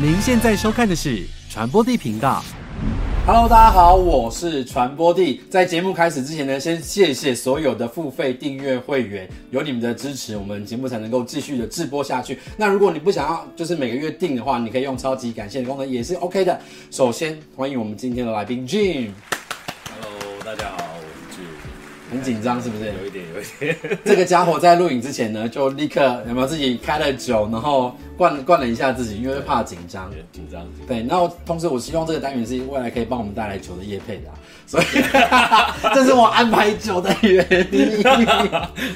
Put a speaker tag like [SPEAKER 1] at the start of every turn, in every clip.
[SPEAKER 1] 您现在收看的是传播地频道。
[SPEAKER 2] Hello，大家好，我是传播帝。在节目开始之前呢，先谢谢所有的付费订阅会员，有你们的支持，我们节目才能够继续的直播下去。那如果你不想要就是每个月订的话，你可以用超级感谢的功能也是 OK 的。首先欢迎我们今天的来宾 Jim，
[SPEAKER 3] Hello，大家好，我是志，
[SPEAKER 2] 很紧张是不是？
[SPEAKER 3] 有一点，有一点，
[SPEAKER 2] 这个家伙在录影之前呢，就立刻有没有自己开了酒，然后灌灌了一下自己，因为怕紧张
[SPEAKER 3] 有。点紧张。
[SPEAKER 2] 对，那我同时我希望这个单元是未来可以帮我们带来酒的业配的啊、所以 这是我安排酒的原因。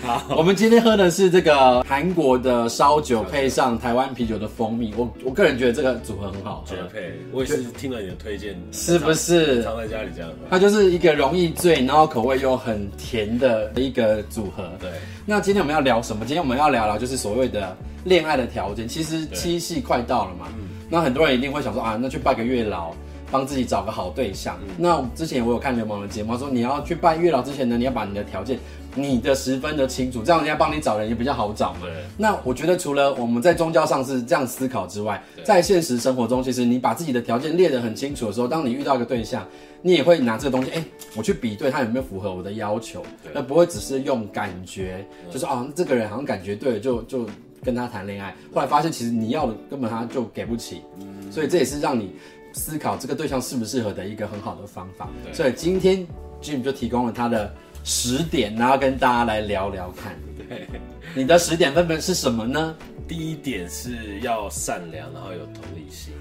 [SPEAKER 2] 好，我们今天喝的是这个韩国的烧酒，配上台湾啤酒的蜂蜜，我我个人觉得这个组合很好喝
[SPEAKER 3] 绝，配，我也是听了你的推荐，
[SPEAKER 2] 是不是？
[SPEAKER 3] 常在家里这样喝。
[SPEAKER 2] 它就是一个容易醉，然后口味又很甜的一个组合。
[SPEAKER 3] 对，
[SPEAKER 2] 那今天我们要聊什么？今天我们要聊聊就是所谓的恋爱的条件。其实七夕快到了嘛，那很多人一定会想说啊，那去拜个月老，帮自己找个好对象。那之前我有看流氓的节目，他说你要去拜月老之前呢，你要把你的条件你的十分的清楚，这样人家帮你找人也比较好找嘛。
[SPEAKER 3] 对，
[SPEAKER 2] 那我觉得除了我们在宗教上是这样思考之外，
[SPEAKER 3] 对
[SPEAKER 2] 在现实生活中，其实你把自己的条件列得很清楚的时候，当你遇到一个对象，你也会拿这个东西，哎、我去比对他有没有符合我的要求，
[SPEAKER 3] 对
[SPEAKER 2] 那不会只是用感觉，就是啊、这个人好像感觉对了，就就跟他谈恋爱，后来发现其实你要的根本他就给不起，
[SPEAKER 3] 嗯
[SPEAKER 2] 所以这也是让你思考这个对象适不适合的一个很好的方法。
[SPEAKER 3] 对
[SPEAKER 2] 所以今天 Jim 就提供了他的十点，然后跟大家来聊聊看。
[SPEAKER 3] 对，
[SPEAKER 2] 你的十点分别是什么呢？
[SPEAKER 3] 第一点是要善良，然后有同理心。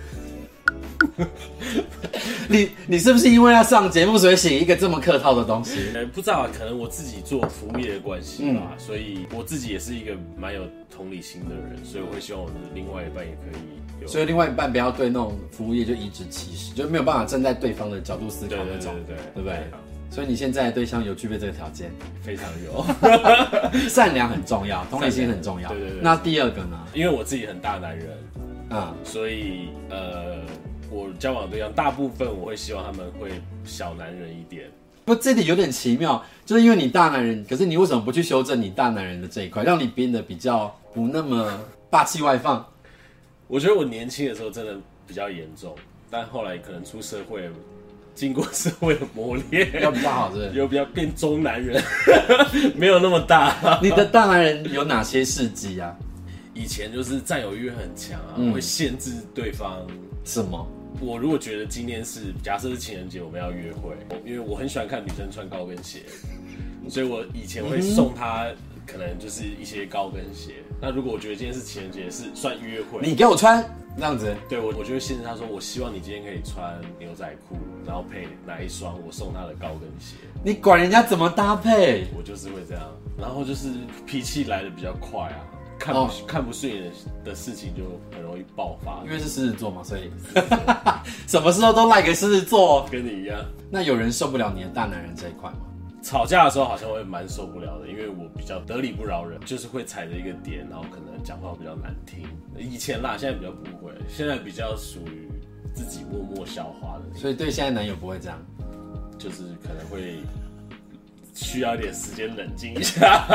[SPEAKER 2] 你你是不是因为要上节目，所以写一个这么客套的东西？
[SPEAKER 3] 呃，不知道，可能我自己做服务业的关系
[SPEAKER 2] 嗯
[SPEAKER 3] 吧，所以我自己也是一个蛮有同理心的人，所以我会希望我的另外一半也可以有。
[SPEAKER 2] 所以另外一半不要对那种服务业就颐指气使，就没有办法站在对方的角度思考
[SPEAKER 3] 对对
[SPEAKER 2] 那
[SPEAKER 3] 对
[SPEAKER 2] 种，
[SPEAKER 3] 对对，
[SPEAKER 2] 对不对？所以你现在的对象有具备这个条件，
[SPEAKER 3] 非常有。
[SPEAKER 2] 善良很重要，同理心很重要。
[SPEAKER 3] 对对对
[SPEAKER 2] 那第二个呢？
[SPEAKER 3] 因为我自己很大男人，
[SPEAKER 2] 啊、
[SPEAKER 3] 所以呃，我交往的对象大部分我会希望他们会小男人一点。
[SPEAKER 2] 不，这里有点奇妙，就是因为你大男人，可是你为什么不去修正你大男人的这一块，让你变得比较不那么霸气外 放？
[SPEAKER 3] 我觉得我年轻的时候真的比较严重，但后来可能出社会，经过社会的磨
[SPEAKER 2] 要
[SPEAKER 3] 练，
[SPEAKER 2] 比较好，是不是？
[SPEAKER 3] 有比较变中男人， 没有那么大。
[SPEAKER 2] 你的大男人有哪些事迹啊？
[SPEAKER 3] 以前就是占有欲很强啊，
[SPEAKER 2] 嗯
[SPEAKER 3] 会限制对方。
[SPEAKER 2] 什么？
[SPEAKER 3] 我如果觉得今天是假设是情人节，我们要约会，因为我很喜欢看女生穿高跟鞋，所以我以前会送她可能就是一些高跟鞋。那如果我觉得今天是情人节，是算约会，
[SPEAKER 2] 你给我穿这样子。
[SPEAKER 3] 对我，我就会限制他说，我希望你今天可以穿牛仔裤，然后配哪一双我送他的高跟鞋，
[SPEAKER 2] 你管人家怎么搭配？
[SPEAKER 3] 我就是会这样。然后就是脾气来的比较快啊，看不、
[SPEAKER 2] 哦
[SPEAKER 3] 看不顺眼的事情就很容易爆发
[SPEAKER 2] 因，为是狮子座嘛，所以 什么时候都赖给狮子座。
[SPEAKER 3] 跟你一样。
[SPEAKER 2] 那有人受不了你的大男人这一块吗？
[SPEAKER 3] 吵架的时候好像会蛮受不了的，因为我比较得理不饶人，就是会踩着一个点，然后可能讲话比较难听。以前啦，现在比较不会，现在比较属于自己默默消化的那种
[SPEAKER 2] 所以对现在男友不会这样。
[SPEAKER 3] 就是可能会需要一点时间冷静 一下。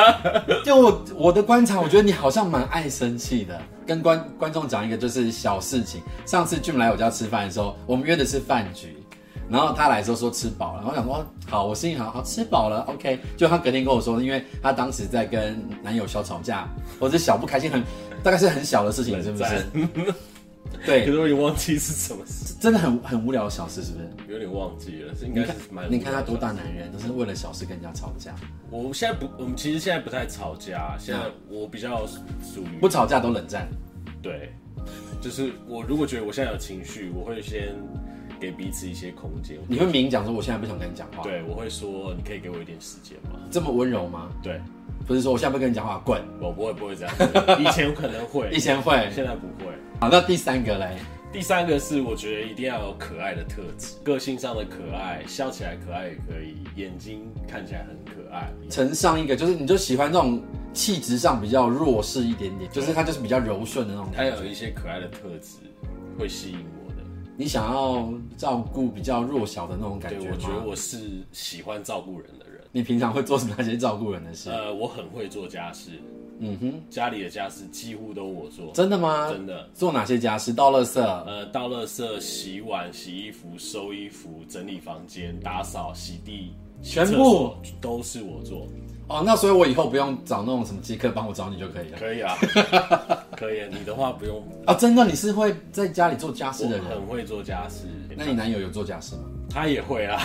[SPEAKER 2] 就我我的观察，我觉得你好像蛮爱生气的。跟观观众讲一个就是小事情，上次 Jim 来我家吃饭的时候，我们约的是饭局，然后他来的时候说吃饱了，然后我想说哦好，我心里想好吃饱了，OK。就他隔天跟我说，因为他当时在跟男友小吵架，或者是小不开心很， 大概是很小的事情，是 不是？
[SPEAKER 3] 可
[SPEAKER 2] 对，
[SPEAKER 3] 是我也忘记是什么事，
[SPEAKER 2] 真的很很无聊的小事，是不是？
[SPEAKER 3] 有点忘记了，是应该是蛮。
[SPEAKER 2] 你看他多大？男人，都是为了小事跟人家吵架，
[SPEAKER 3] 我现在不，我们其实现在不太吵架，现在我比较属于
[SPEAKER 2] 不吵架都冷战。
[SPEAKER 3] 对， 就是我如果觉得我现在有情绪，我会先给彼此一些空间。
[SPEAKER 2] 你会明讲说我现在不想跟你讲话，，
[SPEAKER 3] 对，我会说你可以给我一点时间吗？
[SPEAKER 2] 这么温柔吗？
[SPEAKER 3] 对，
[SPEAKER 2] 不是说我现在不跟你讲话，滚。
[SPEAKER 3] 我不会不会这样，以前可能会，
[SPEAKER 2] 以前会。
[SPEAKER 3] 现在不会。
[SPEAKER 2] 好，那第三个嘞，
[SPEAKER 3] 第三个是我觉得一定要有可爱的特质，个性上的可爱，笑起来可爱也可以，眼睛看起来很可爱。
[SPEAKER 2] 乘上一个就是你就喜欢这种气质上比较弱势一点点，就是他就是比较柔顺的那种
[SPEAKER 3] 他
[SPEAKER 2] 感
[SPEAKER 3] 有
[SPEAKER 2] 觉。
[SPEAKER 3] 一些可爱的特质会吸引我的。
[SPEAKER 2] 你想要照顾比较弱小的那种感
[SPEAKER 3] 对，
[SPEAKER 2] 觉
[SPEAKER 3] 我觉得
[SPEAKER 2] 吗？
[SPEAKER 3] 我是喜欢照顾人的人。呃
[SPEAKER 2] 你平常会做哪些照顾人的事？
[SPEAKER 3] 呃，我很会做家事，
[SPEAKER 2] 嗯哼，
[SPEAKER 3] 家里的家事几乎都我做，
[SPEAKER 2] 真的吗？
[SPEAKER 3] 真的。
[SPEAKER 2] 做哪些家事？倒垃圾，
[SPEAKER 3] 呃，倒垃圾、洗碗、洗衣服、收衣服、整理房间、打扫、洗地，洗
[SPEAKER 2] 全
[SPEAKER 3] 厕
[SPEAKER 2] 部
[SPEAKER 3] 所都是我做，
[SPEAKER 2] 哦，那所以我以后不用找那种什么机客帮我找你就可以了。
[SPEAKER 3] 可以 啊，可以啊。你的话不用，
[SPEAKER 2] 啊，真的，你是会在家里做家
[SPEAKER 3] 我
[SPEAKER 2] 事的人？
[SPEAKER 3] 很会做家事，
[SPEAKER 2] 那你男友有做家事吗？
[SPEAKER 3] 他也会啊。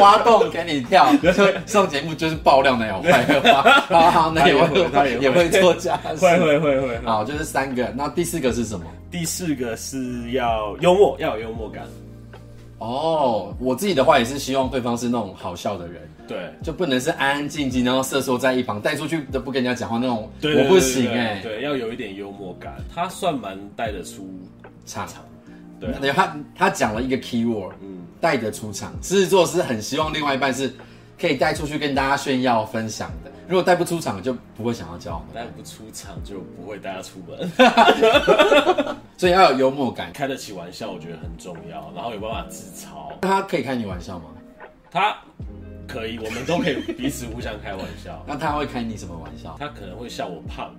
[SPEAKER 2] 挖洞给你 跳，就上节目就是爆料男友坏话。好好，那也会
[SPEAKER 3] 他也会他也会
[SPEAKER 2] 也会做家事。
[SPEAKER 3] 会会会会。
[SPEAKER 2] 好，就是三个。那第四个是什么？
[SPEAKER 3] 第四个是要幽默，要有幽默感。
[SPEAKER 2] 哦，我自己的话也是希望对方是那种好笑的人，
[SPEAKER 3] 对，
[SPEAKER 2] 就不能是安安静静，然后瑟缩在一旁，带出去都不跟人家讲话那种。
[SPEAKER 3] 对
[SPEAKER 2] 我不行哎、
[SPEAKER 3] 哎、对，要有一点幽默感。他算蛮带得出，
[SPEAKER 2] 场。
[SPEAKER 3] 对
[SPEAKER 2] 那他他讲了一个 keyword，嗯，带得出场。狮子座是很希望另外一半是可以带出去跟大家炫耀分享的，如果带不出场就不会想要交往了，
[SPEAKER 3] 但不出场就不会带他出门。
[SPEAKER 2] 所以要有幽默感。
[SPEAKER 3] 开得起玩笑，我觉得很重要，然后有办法自嘲。
[SPEAKER 2] 那他可以开你玩笑吗？
[SPEAKER 3] 他可以，我们都可以彼此互相开玩 笑。
[SPEAKER 2] 那他会开你什么玩笑？
[SPEAKER 3] 他可能会笑我胖，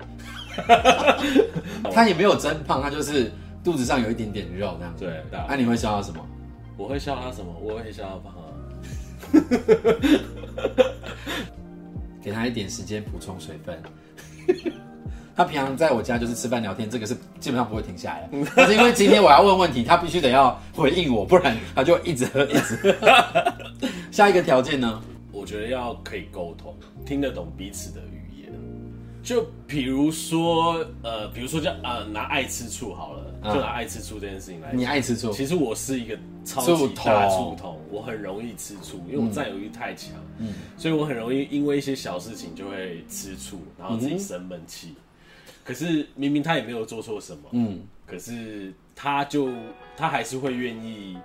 [SPEAKER 2] 他也没有真胖，他就是肚子上有一点点肉这样子。
[SPEAKER 3] 对，啊
[SPEAKER 2] 那、你会笑他什么？
[SPEAKER 3] 我会笑他什么？我会笑他胖啊。
[SPEAKER 2] 给他一点时间补充水分。 他平常在我家就是吃饭聊天，这个是基本上不会停下来的。但是因为今天我要问问题，他必须得要回应我，不然他就一直 喝一直喝。下一个条件呢？
[SPEAKER 3] 我觉得要可以沟通，听得懂彼此的语言。就比如说，呃，比如说叫呃拿爱吃醋好了，就拿爱吃醋这件事情来
[SPEAKER 2] 你
[SPEAKER 3] 讲。
[SPEAKER 2] 爱吃醋，
[SPEAKER 3] 其实我是一个超
[SPEAKER 2] 醋
[SPEAKER 3] 级
[SPEAKER 2] 桶
[SPEAKER 3] 大醋桶，我很容易吃醋，因为我占有欲太强，
[SPEAKER 2] 嗯
[SPEAKER 3] 所以我很容易因为一些小事情就会吃醋，然后自己生闷气。可是明明他也没有做错什么，
[SPEAKER 2] 嗯，
[SPEAKER 3] 可是他就他还是会愿意，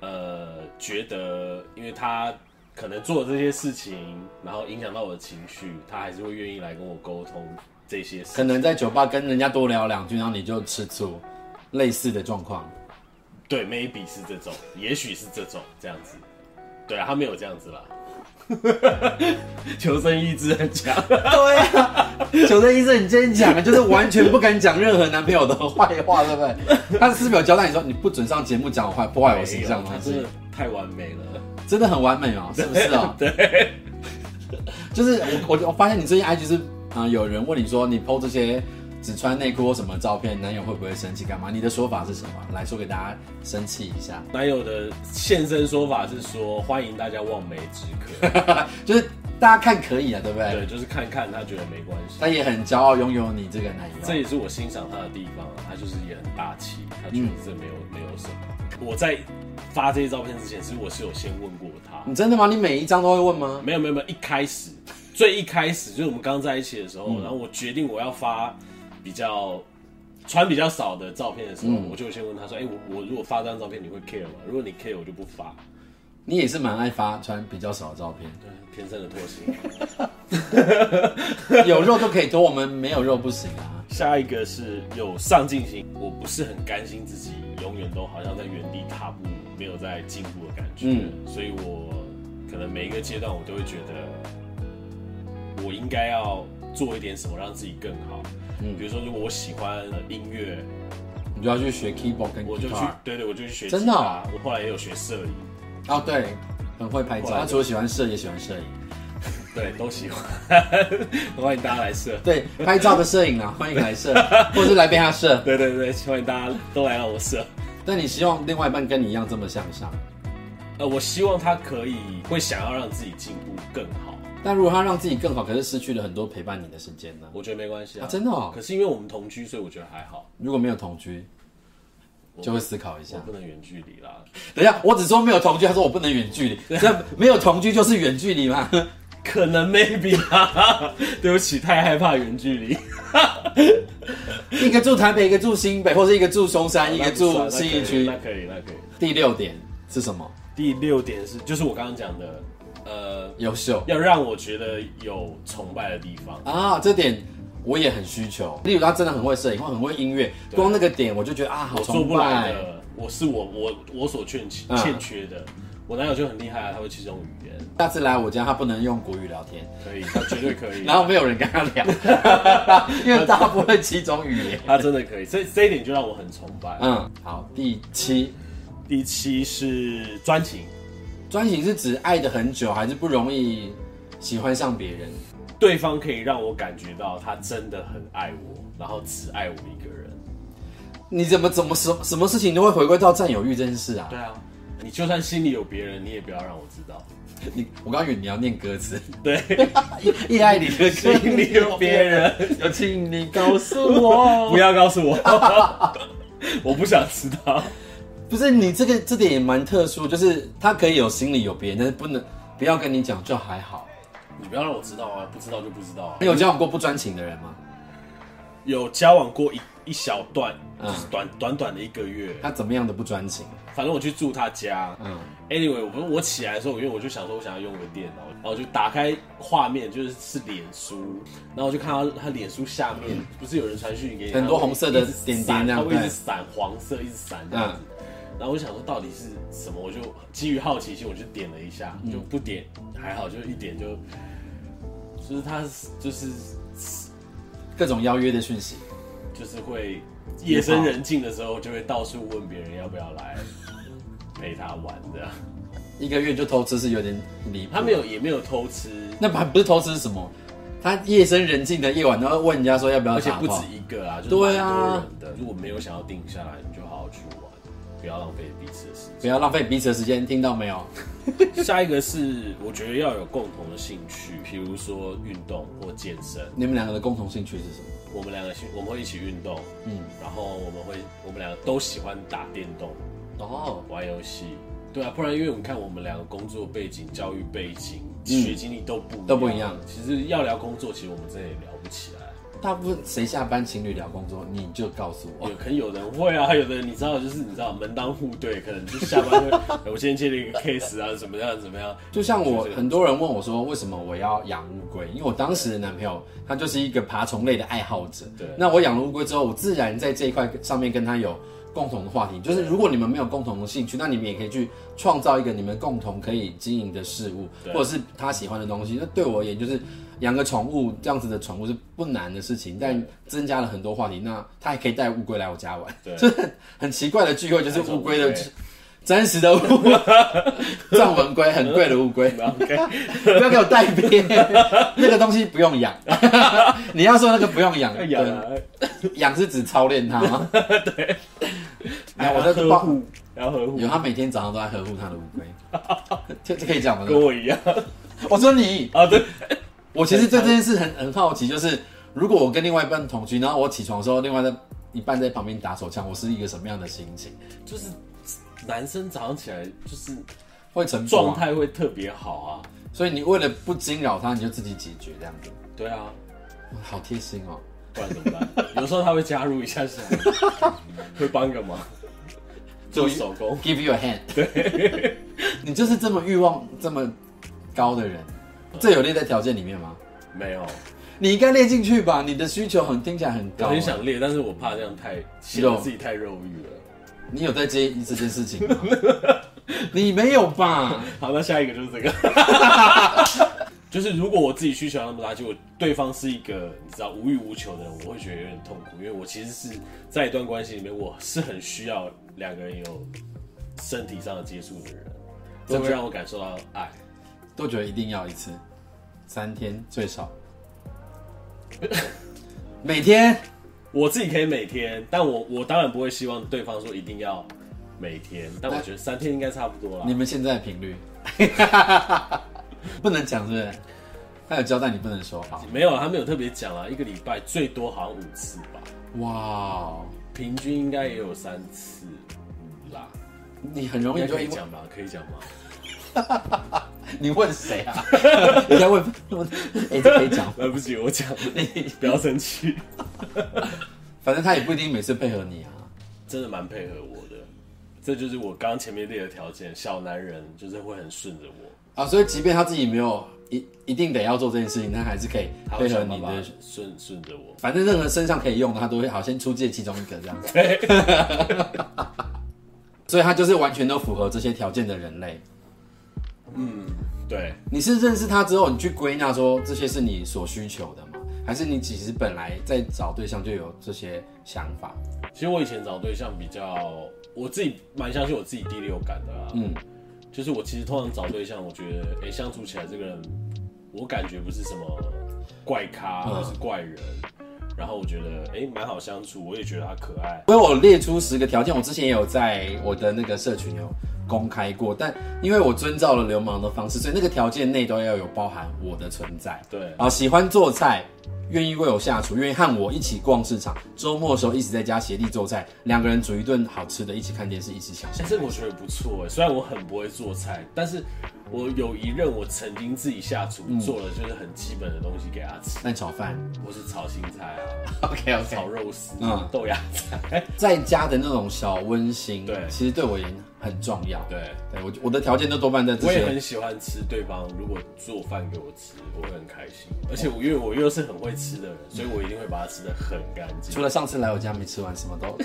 [SPEAKER 3] 呃，觉得因为他可能做了这些事情，然后影响到我的情绪，他还是会愿意来跟我沟通这些事
[SPEAKER 2] 可能在酒吧跟人家多聊两句，然后你就吃醋，类似的状况。
[SPEAKER 3] 对，maybe 是这种，也许是这种这样子。对啊，他没有这样子啦。 求生意志很强，
[SPEAKER 2] 对 啊，求生医生，你今天讲的就是完全不敢讲任何男朋友的坏话，对不对？他是不是有交代你说你不准上节目讲我坏，破坏我形象的
[SPEAKER 3] 他
[SPEAKER 2] 东
[SPEAKER 3] 真
[SPEAKER 2] 西
[SPEAKER 3] 的？太完美了。
[SPEAKER 2] 真的很完美 哦，是不是哦？对， 就是我我我发现你最近 IG 是，嗯、有人问你说你 PO 这些只穿内裤或什么照片，男友会不会生气干嘛？你的说法是什么？来说给大家生气一下，
[SPEAKER 3] 男友的现身说法是说，欢迎大家望梅止 渴。
[SPEAKER 2] 就是大家看可以啊，对不对？
[SPEAKER 3] 对，就是看看他觉得没关系。
[SPEAKER 2] 他也很骄傲拥有你这个男友，啊
[SPEAKER 3] 这也是我欣赏他的地方啊，他就是也很大气，他觉得
[SPEAKER 2] 嗯
[SPEAKER 3] 这没有、没有什么。我在发这些照片之前，其实我是有先问过他，
[SPEAKER 2] 你真的吗？你每一张都会问吗？
[SPEAKER 3] 没有没有没有，一开始最一开始就是我们刚在一起的时候，然后我决定我要发比较传比较少的照片的时候，我就先问他说：“哎、我我如果发这张照片，你会 care 吗？如果你 care，我就不发。
[SPEAKER 2] 你也是蛮爱发穿比较少的照片，
[SPEAKER 3] 对”天生的惰性。
[SPEAKER 2] 有肉都可以多，我们没有肉不行啊。
[SPEAKER 3] 下一个是有上进心，我不是很甘心自己永远都好像在原地踏步，没有在进步的感觉，
[SPEAKER 2] 嗯
[SPEAKER 3] 所以我可能每一个阶段我都会觉得，我应该要做一点什么让自己更好。比如说，如果我喜欢呃音乐，
[SPEAKER 2] 你就要去学 keyboard 跟
[SPEAKER 3] 我就去
[SPEAKER 2] guitar，
[SPEAKER 3] 对对，我就去学
[SPEAKER 2] 真
[SPEAKER 3] 吉
[SPEAKER 2] 的哦
[SPEAKER 3] 他我后来也有学摄影，
[SPEAKER 2] 哦，对，很会拍照。
[SPEAKER 3] 后来
[SPEAKER 2] 他除了喜欢摄，也喜欢摄影。
[SPEAKER 3] 对，都喜欢， 欢迎大家来摄。
[SPEAKER 2] 对，拍照的摄影 啊，欢迎来摄，或是来被他摄。
[SPEAKER 3] 对对 对，欢迎大家都来让我摄。
[SPEAKER 2] 但你希望另外一半跟你一样这么向上，
[SPEAKER 3] 呃，我希望他可以会想要让自己进步更好。
[SPEAKER 2] 但如果他让自己更好，可是失去了很多陪伴你的时间呢？
[SPEAKER 3] 我觉得没关系啊
[SPEAKER 2] 啊，真的哦
[SPEAKER 3] 可。是因为我们同居，所以我觉得还好，
[SPEAKER 2] 如果没有同居，就会思考一下
[SPEAKER 3] 我。不能远距离啦。
[SPEAKER 2] 等一下，我只说没有同居，他说我不能远距离，这没有同居就是远距离 吗？
[SPEAKER 3] 可能 maybe 啦， 对不起，太害怕远距 离。
[SPEAKER 2] 一个住台北，一个住新北，或是一个住松山，一个住信义区
[SPEAKER 3] 那。可以，那可以。
[SPEAKER 2] 第六点是什么？
[SPEAKER 3] 第六点是，就是我刚刚讲的，呃，
[SPEAKER 2] 优秀
[SPEAKER 3] 要让我觉得有崇拜的地方。
[SPEAKER 2] 啊，这点我也很需求。例如他真的很会摄影，或很会音乐，光那个点我就觉得啊，好
[SPEAKER 3] 我做
[SPEAKER 2] 崇
[SPEAKER 3] 不来
[SPEAKER 2] 拜。
[SPEAKER 3] 的，我是我我我所欠缺
[SPEAKER 2] 嗯
[SPEAKER 3] 欠缺的，我男友就很厉害啊，他会七种语言，
[SPEAKER 2] 下次来我家，他不能用国语聊天，
[SPEAKER 3] 可以，他绝对 可以。
[SPEAKER 2] 然后没有人跟他 聊，因为大部分七种语言。
[SPEAKER 3] 他真的可以，这这一点就让我很崇拜。
[SPEAKER 2] 嗯，好，第七，
[SPEAKER 3] 第七是专情，
[SPEAKER 2] 专情是指爱的很久，还是不容易喜欢上别人？
[SPEAKER 3] 对方可以让我感觉到他真的很爱我，然后只爱我一个人。
[SPEAKER 2] 你怎么怎么什什么事情都会回归到占有欲这件事啊？
[SPEAKER 3] 对啊，你就算心里有别人，你也不要让我知道。
[SPEAKER 2] 你我刚以为你要念歌词，
[SPEAKER 3] 对，
[SPEAKER 2] 一爱你的歌，
[SPEAKER 3] 心里有别人，
[SPEAKER 2] 有请你告诉我。
[SPEAKER 3] 不要告诉我，我不想知道。
[SPEAKER 2] 不是你这个这点也蛮特殊，就是他可以有心里有别人，但是不能不要跟你讲就还好。
[SPEAKER 3] 你不要让我知道啊，不知道就不知道啊
[SPEAKER 2] 你。有交往过不专情的人吗？
[SPEAKER 3] 有交往过一一小段，
[SPEAKER 2] 嗯
[SPEAKER 3] 就是短短短的一个月，
[SPEAKER 2] 他怎么样的不专情？
[SPEAKER 3] 反正我去住他家。
[SPEAKER 2] 嗯
[SPEAKER 3] Anyway，我不是我起来的时候，因为我就想说，我想要用个电脑，然后我就打开画面，就是是脸书，然后我就看到他脸书下面不是有人传讯给你
[SPEAKER 2] 嗯很多红色的点点这样
[SPEAKER 3] 它会一直
[SPEAKER 2] 对嗯
[SPEAKER 3] 闪黄色，一直闪这样子。然后我就想说到底是什么，我就基于好奇心，我就点了一下，
[SPEAKER 2] 嗯
[SPEAKER 3] 就不点还好，就一点就就是他就是
[SPEAKER 2] 各种邀约的讯息，
[SPEAKER 3] 就是会夜深人静的时候，就会到处问别人要不要来陪他玩这样。
[SPEAKER 2] 一个月就偷吃是有点离谱。
[SPEAKER 3] 他没有，也没有偷吃，
[SPEAKER 2] 那不不是偷吃是什么？他夜深人静的夜晚，然后问人家说要不要
[SPEAKER 3] 而且
[SPEAKER 2] 打
[SPEAKER 3] 不
[SPEAKER 2] 炮
[SPEAKER 3] 止，一个啊，就是
[SPEAKER 2] 对
[SPEAKER 3] 蛮
[SPEAKER 2] 啊
[SPEAKER 3] 多人的。如果没有想要定下来，你就好好去玩，不要浪费彼此的时
[SPEAKER 2] 不要浪费彼此的时间，听到没有？
[SPEAKER 3] 间。下一个是我觉得要有共同的兴趣，比如说运动或健身。
[SPEAKER 2] 你们两个的共同兴趣是什么？
[SPEAKER 3] 我们两个兴我们会一起运动，
[SPEAKER 2] 嗯，
[SPEAKER 3] 然后我们会我们两个都喜欢打电动、
[SPEAKER 2] 哦，
[SPEAKER 3] 玩游戏。对啊，不然因为我们看我们两个工作背景、教育背景、学经历嗯都不
[SPEAKER 2] 都不一样
[SPEAKER 3] 其实要聊工作，其实我们真的也聊不起来。
[SPEAKER 2] 大部分谁下班情侣聊工作，你就告诉我
[SPEAKER 3] 有。可能有人会啊，有的人你知道，就是你知道门当户对，可能就下班会， 哎我今天接了一个 case 啊，怎么样怎么样，
[SPEAKER 2] 就像我很多人问我说，为什么我要养乌龟？因为我当时的男朋友他就是一个爬虫类的爱好者。
[SPEAKER 3] 对
[SPEAKER 2] 那我养了乌龟之后，我自然在这一块上面跟他有共同的话题。就是如果你们没有共同的兴趣，那你们也可以去创造一个你们共同可以经营的事物，
[SPEAKER 3] 对
[SPEAKER 2] 或者是他喜欢的东西。那对我而言，就是养个宠物这样子的宠物是不难的事情，但增加了很多话题。那他还可以带乌龟来我家玩，
[SPEAKER 3] 对
[SPEAKER 2] 就是很很奇怪的聚会，就是
[SPEAKER 3] 还是
[SPEAKER 2] 乌
[SPEAKER 3] 乌
[SPEAKER 2] 龟
[SPEAKER 3] 龟
[SPEAKER 2] 的。 真实的乌龟，藏文龟很贵的乌 龟，不要给我带偏，那个东西不用养。 你要说那个不用养，
[SPEAKER 3] 要养啊，
[SPEAKER 2] 对养是指操练它 吗？对。来，我
[SPEAKER 3] 要
[SPEAKER 2] 在
[SPEAKER 3] 呵护，要呵护
[SPEAKER 2] 有，他每天早上都在呵护他的乌龟，这这可以讲吗？
[SPEAKER 3] 跟我一样
[SPEAKER 2] 我说你，
[SPEAKER 3] 啊，对，
[SPEAKER 2] 我其实对这件事很很好奇，就是如果我跟另外一半同居，然后我起床的时候，另外一半在旁边打手枪，我是一个什么样的心情？
[SPEAKER 3] 就是男生早上起来就是
[SPEAKER 2] 会沉浮
[SPEAKER 3] 状
[SPEAKER 2] 啊。
[SPEAKER 3] 态会特别好啊，
[SPEAKER 2] 所以你为了不惊扰他，你就自己解决这样子，
[SPEAKER 3] 对啊，
[SPEAKER 2] 哇好贴心哦。
[SPEAKER 3] 不然怎么办？有时候他会加入一下下，会帮个忙，做手工，
[SPEAKER 2] Give you a hand。对， 你就是这么欲望这么高的人，这有列在条件里面吗？
[SPEAKER 3] 没有，
[SPEAKER 2] 你应该列进去吧，你的需求很听起来很
[SPEAKER 3] 我
[SPEAKER 2] 高、
[SPEAKER 3] 很，想练，但是我怕这样太显得自己太肉欲了。
[SPEAKER 2] 你有在接这件事情 吗？你没有吧？
[SPEAKER 3] 好，那下一个就是这个，就是如果我自己需求那么大，结果对方是一个你知道无欲无求的人，我会觉得有点痛苦，因为我其实是在一段关系里面，我是很需要两个人有身体上的接触的人，这会让我感受到爱。
[SPEAKER 2] 多久一定要一次？三天最少，每天
[SPEAKER 3] 我自己可以每天，但我我当然不会希望对方说一定要每天，但我觉得三天应该差不多啦
[SPEAKER 2] 你。们现在的频率， 不能讲是不是？他有交代你不能说好。
[SPEAKER 3] 没有，他没有特别讲啊，一个礼拜最多好像五次吧，
[SPEAKER 2] 哇哦，
[SPEAKER 3] 平均应该也有三次啦。
[SPEAKER 2] 你很容易
[SPEAKER 3] 应该
[SPEAKER 2] 就
[SPEAKER 3] 可以
[SPEAKER 2] 因为
[SPEAKER 3] 讲吧？可以讲吗？
[SPEAKER 2] 你问谁啊？人家问问，哎、这可以讲。
[SPEAKER 3] 呃来不及，我讲， 不要生气，
[SPEAKER 2] 反正他也不一定每次配合你啊。
[SPEAKER 3] 真的蛮配合我的。这就是我刚前面列的条件，小男人就是会很顺着我，
[SPEAKER 2] 啊，所以即便他自己没有一一定得要做这件事情，他还是可以
[SPEAKER 3] 他会
[SPEAKER 2] 配合
[SPEAKER 3] 想
[SPEAKER 2] 你
[SPEAKER 3] 办法
[SPEAKER 2] 的。
[SPEAKER 3] 顺顺着我。
[SPEAKER 2] 反正任何身上可以用的，他都会好先出借其中一个 这样子。 所以他就是完全都符合这些条件的人类。
[SPEAKER 3] 对，
[SPEAKER 2] 你是认识他之后，你去归纳说这些是你所需求的吗？还是你其实本来在找对象就有这些想法？
[SPEAKER 3] 其实我以前找对象比较，我自己蛮相信我自己第六感的啦。
[SPEAKER 2] 嗯，
[SPEAKER 3] 就是我其实通常找对象，我觉得哎、诶相处起来这个人，我感觉不是什么怪咖
[SPEAKER 2] 嗯
[SPEAKER 3] 或是怪人，然后我觉得哎蛮、好相处，我也觉得他可爱。
[SPEAKER 2] 因为我列出十个条件，我之前也有在我的那个社群有公开过，但因为我遵照了流氓的方式，所以那个条件内都要有包含我的存在。
[SPEAKER 3] 对，
[SPEAKER 2] 啊，喜欢做菜，愿意为我下厨，愿意和我一起逛市场，周末的时候一起在家协力做菜，两个人煮一顿好吃的，一起看电视，一起享受。
[SPEAKER 3] 这个我觉得不错哎，虽然我很不会做菜，但是我有一任我曾经自己下厨、
[SPEAKER 2] 嗯
[SPEAKER 3] 做了，就是很基本的东西给他吃，
[SPEAKER 2] 蛋炒 饭
[SPEAKER 3] 或是炒青菜啊、
[SPEAKER 2] ，OK
[SPEAKER 3] 炒肉丝、啊
[SPEAKER 2] 嗯
[SPEAKER 3] 豆芽菜，
[SPEAKER 2] 在家的那种小温馨，
[SPEAKER 3] 对
[SPEAKER 2] 其实对我也很重要。
[SPEAKER 3] 对。
[SPEAKER 2] 对我我的条件都多半在这
[SPEAKER 3] 我也
[SPEAKER 2] 些
[SPEAKER 3] 很。喜欢吃对方如果做饭给我吃，我会很开心。而且我因为我又是很会吃的人，所以我一定会把它吃的很干净
[SPEAKER 2] 除。了上次来我家没吃完，什么 都，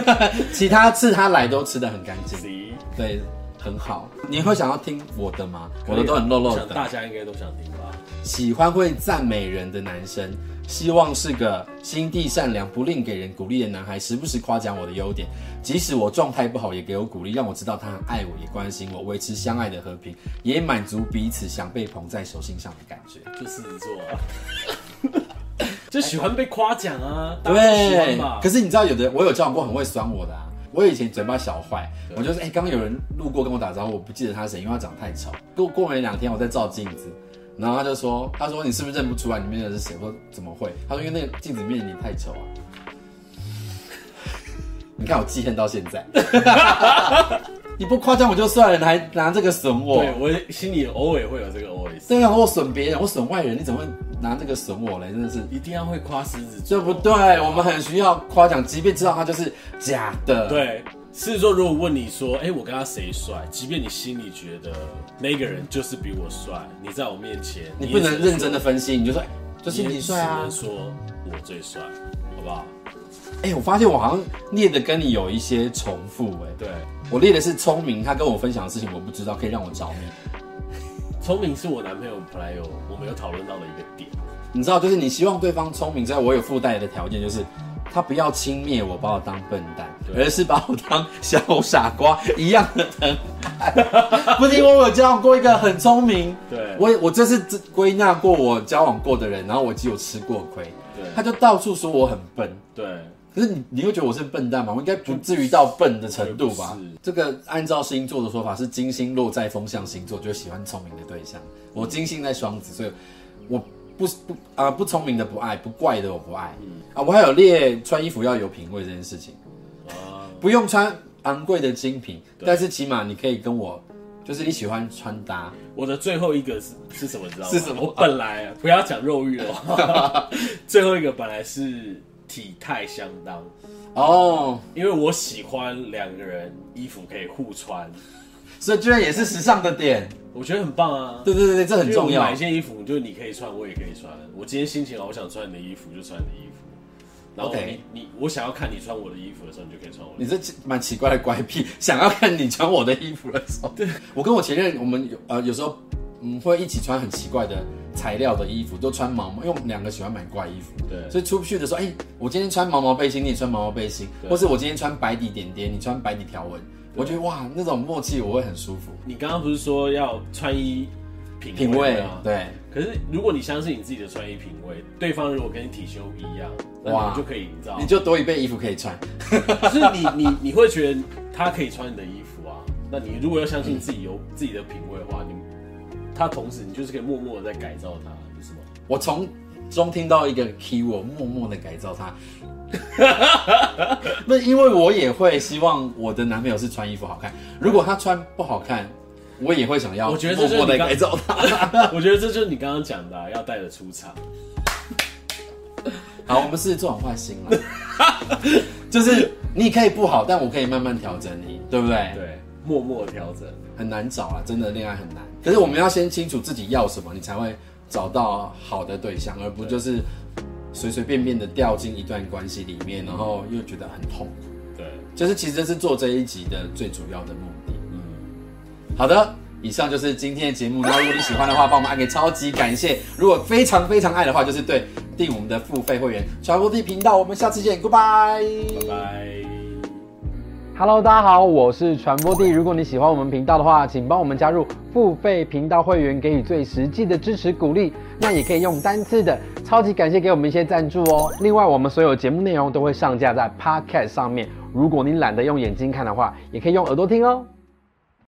[SPEAKER 2] 其他次他来都吃的很干净，
[SPEAKER 3] C，
[SPEAKER 2] 对，很好。你会想要听我的吗？我的都很露露
[SPEAKER 3] 啊想大
[SPEAKER 2] 的。
[SPEAKER 3] 家应该都想听吧？
[SPEAKER 2] 喜欢会赞美人的男生，希望是个心地善良、不吝给人鼓励的男孩，时不时夸奖我的优点，即使我状态不好也给我鼓励，让我知道他很爱我，也关心我，维持相爱的和平，也满足彼此想被捧在手心上的感觉。
[SPEAKER 3] 就狮子座啊， 就喜欢被夸奖啊，大家都喜欢
[SPEAKER 2] 对
[SPEAKER 3] 吧，？
[SPEAKER 2] 可是你知道，有的我有交往过很会酸我的啊。我以前嘴巴小坏，我就是哎，刚、刚有人路过跟我打招呼，我不记得他是谁，因为他长太丑。过过没两天，我在照镜子，然后他就说，他说你是不是认不出来里面的是谁？我说怎么会？他说因为那个镜子里面的你太丑啊。 你看我记恨到现在， 你不夸张我就算了，你还拿这个损我？
[SPEAKER 3] 对我心里偶尔会有这个 OS，
[SPEAKER 2] 对啊，我损别人，我损外人，你怎么会拿这个损我嘞？真的是
[SPEAKER 3] 一定要会夸狮子座，
[SPEAKER 2] 对不对？我们很需要夸奖，即便知道他就是假的。，
[SPEAKER 3] 对，狮子座如果问你说，哎、我跟他谁帅？即便你心里觉得那个人就是比我帅，你在我面前，
[SPEAKER 2] 你不能认真
[SPEAKER 3] 的，
[SPEAKER 2] 的分析，你就说，哎就是
[SPEAKER 3] 也
[SPEAKER 2] 你帅啊
[SPEAKER 3] 只能。说我最帅，好不好？
[SPEAKER 2] 哎、我发现我好像列的跟你有一些重复、哎，
[SPEAKER 3] 对，
[SPEAKER 2] 我列的是聪明，他跟我分享的事情我不知道，可以让我着迷。
[SPEAKER 3] 聪明是我男朋友本来有我们有讨论到的一个点，
[SPEAKER 2] 你知道，就是你希望对方聪明之外，我有附带的条件就是。他不要轻蔑我，把我当笨蛋，
[SPEAKER 3] 对
[SPEAKER 2] 而是把我当小傻瓜一样的疼爱。 不是因为我有交往过一个很聪明，
[SPEAKER 3] 对
[SPEAKER 2] 我我这是只归纳过我交往过的人，然后我只有吃过亏，
[SPEAKER 3] 对
[SPEAKER 2] 他就到处说我很笨。
[SPEAKER 3] 对，
[SPEAKER 2] 可是你你会觉得我是笨蛋吗？我应该不至于到笨的程度吧
[SPEAKER 3] 我觉得不是？
[SPEAKER 2] 这个按照星座的说法是金星落在风象星座，就喜欢聪明的对象。我金星在双子，所以我不不啊、不聪明的不爱，不怪的我不爱。啊，我还有列穿衣服要有品味这件事情，
[SPEAKER 3] 啊，
[SPEAKER 2] 不用穿昂贵的精品，但是起码你可以跟我，就是你喜欢穿搭。
[SPEAKER 3] 我的最后一个是是什么？知道吗？
[SPEAKER 2] 是什么
[SPEAKER 3] 我本来不要讲肉欲 哦，最后一个本来是体态相当，
[SPEAKER 2] 哦，
[SPEAKER 3] 因为我喜欢两个人衣服可以互穿，
[SPEAKER 2] 所以居然也是时尚的点，
[SPEAKER 3] 我觉得很棒啊。
[SPEAKER 2] 对对对对，这很重
[SPEAKER 3] 因为
[SPEAKER 2] 要
[SPEAKER 3] 我买一。件衣服，就是你可以穿，我也可以穿。我今天心情好，我想穿你的衣服就穿你的衣服。然后你
[SPEAKER 2] OK 嗯
[SPEAKER 3] 你我想要看你穿我的衣服的时候，你就可以穿我的。
[SPEAKER 2] 你
[SPEAKER 3] 衣服。
[SPEAKER 2] 这蛮奇怪的怪癖， 想要看你穿我的衣服的时候，对我跟我前任，我们有呃有时候嗯会一起穿很奇怪的材料的衣服，都穿毛毛，因为我们两个喜欢买怪衣服，
[SPEAKER 3] 对
[SPEAKER 2] 所以出去的时候，哎、我今天穿毛毛背心，你也穿毛毛背心，
[SPEAKER 3] 对
[SPEAKER 2] 或是我今天穿白底点点，你穿白底条纹，我觉得哇那种默契我会很舒服，
[SPEAKER 3] 你刚刚不是说要穿衣品
[SPEAKER 2] 品
[SPEAKER 3] 味啊
[SPEAKER 2] 味
[SPEAKER 3] 吗？。
[SPEAKER 2] 对，
[SPEAKER 3] 可是如果你相信你自己的穿衣品味，对方如果跟你体修一样，那
[SPEAKER 2] 哇
[SPEAKER 3] 你就可以，你知道吗
[SPEAKER 2] 你？就多一倍衣服可以穿，
[SPEAKER 3] 就是你你你会觉得他可以穿你的衣服啊。那你如果要相信自己有自己的品味的话，你他同时你就是可以默默的在改造他，不是吗？
[SPEAKER 2] 我从中听到一个 key，我默默的改造它。 那因为我也会希望我的男朋友是穿衣服好看，如果他穿不好看，我也会想要
[SPEAKER 3] 我觉得这
[SPEAKER 2] 默
[SPEAKER 3] 就是
[SPEAKER 2] 默的
[SPEAKER 3] 你刚
[SPEAKER 2] 改造他。
[SPEAKER 3] 我觉得这就是你刚刚讲的啊、要带着出场。
[SPEAKER 2] 好，我们是做好坏心了， 就是你可以不好，但我可以慢慢调整你，对不对？
[SPEAKER 3] 对，默默调整。
[SPEAKER 2] 很难找啊，真的恋爱很难。可是我们要先清楚自己要什么，你才会找到好的对象，而不就是随随便便的掉进一段关系里面，然后又觉得很痛苦。
[SPEAKER 3] 对，
[SPEAKER 2] 就是其实这是做这一集的最主要的目的。嗯，好的，
[SPEAKER 4] 以上就是今天的节目。那如果你喜欢的话，帮我们按个超级感谢。如果非常非常爱的话，就是对订我们的付费会员传播地频道。我们下次见，Goodbye。
[SPEAKER 3] 拜拜。
[SPEAKER 2] Hello，大家好，我是传播帝。如果你喜欢我们频道的话，请帮我们加入付费频道会员，给予最实际的支持鼓励。那也可以用单次的，超级感谢给我们一些赞助哦。另外，我们所有节目内容都会上架在 Podcast 上面，如果你懒得用眼睛看的话，也可以用耳朵听哦。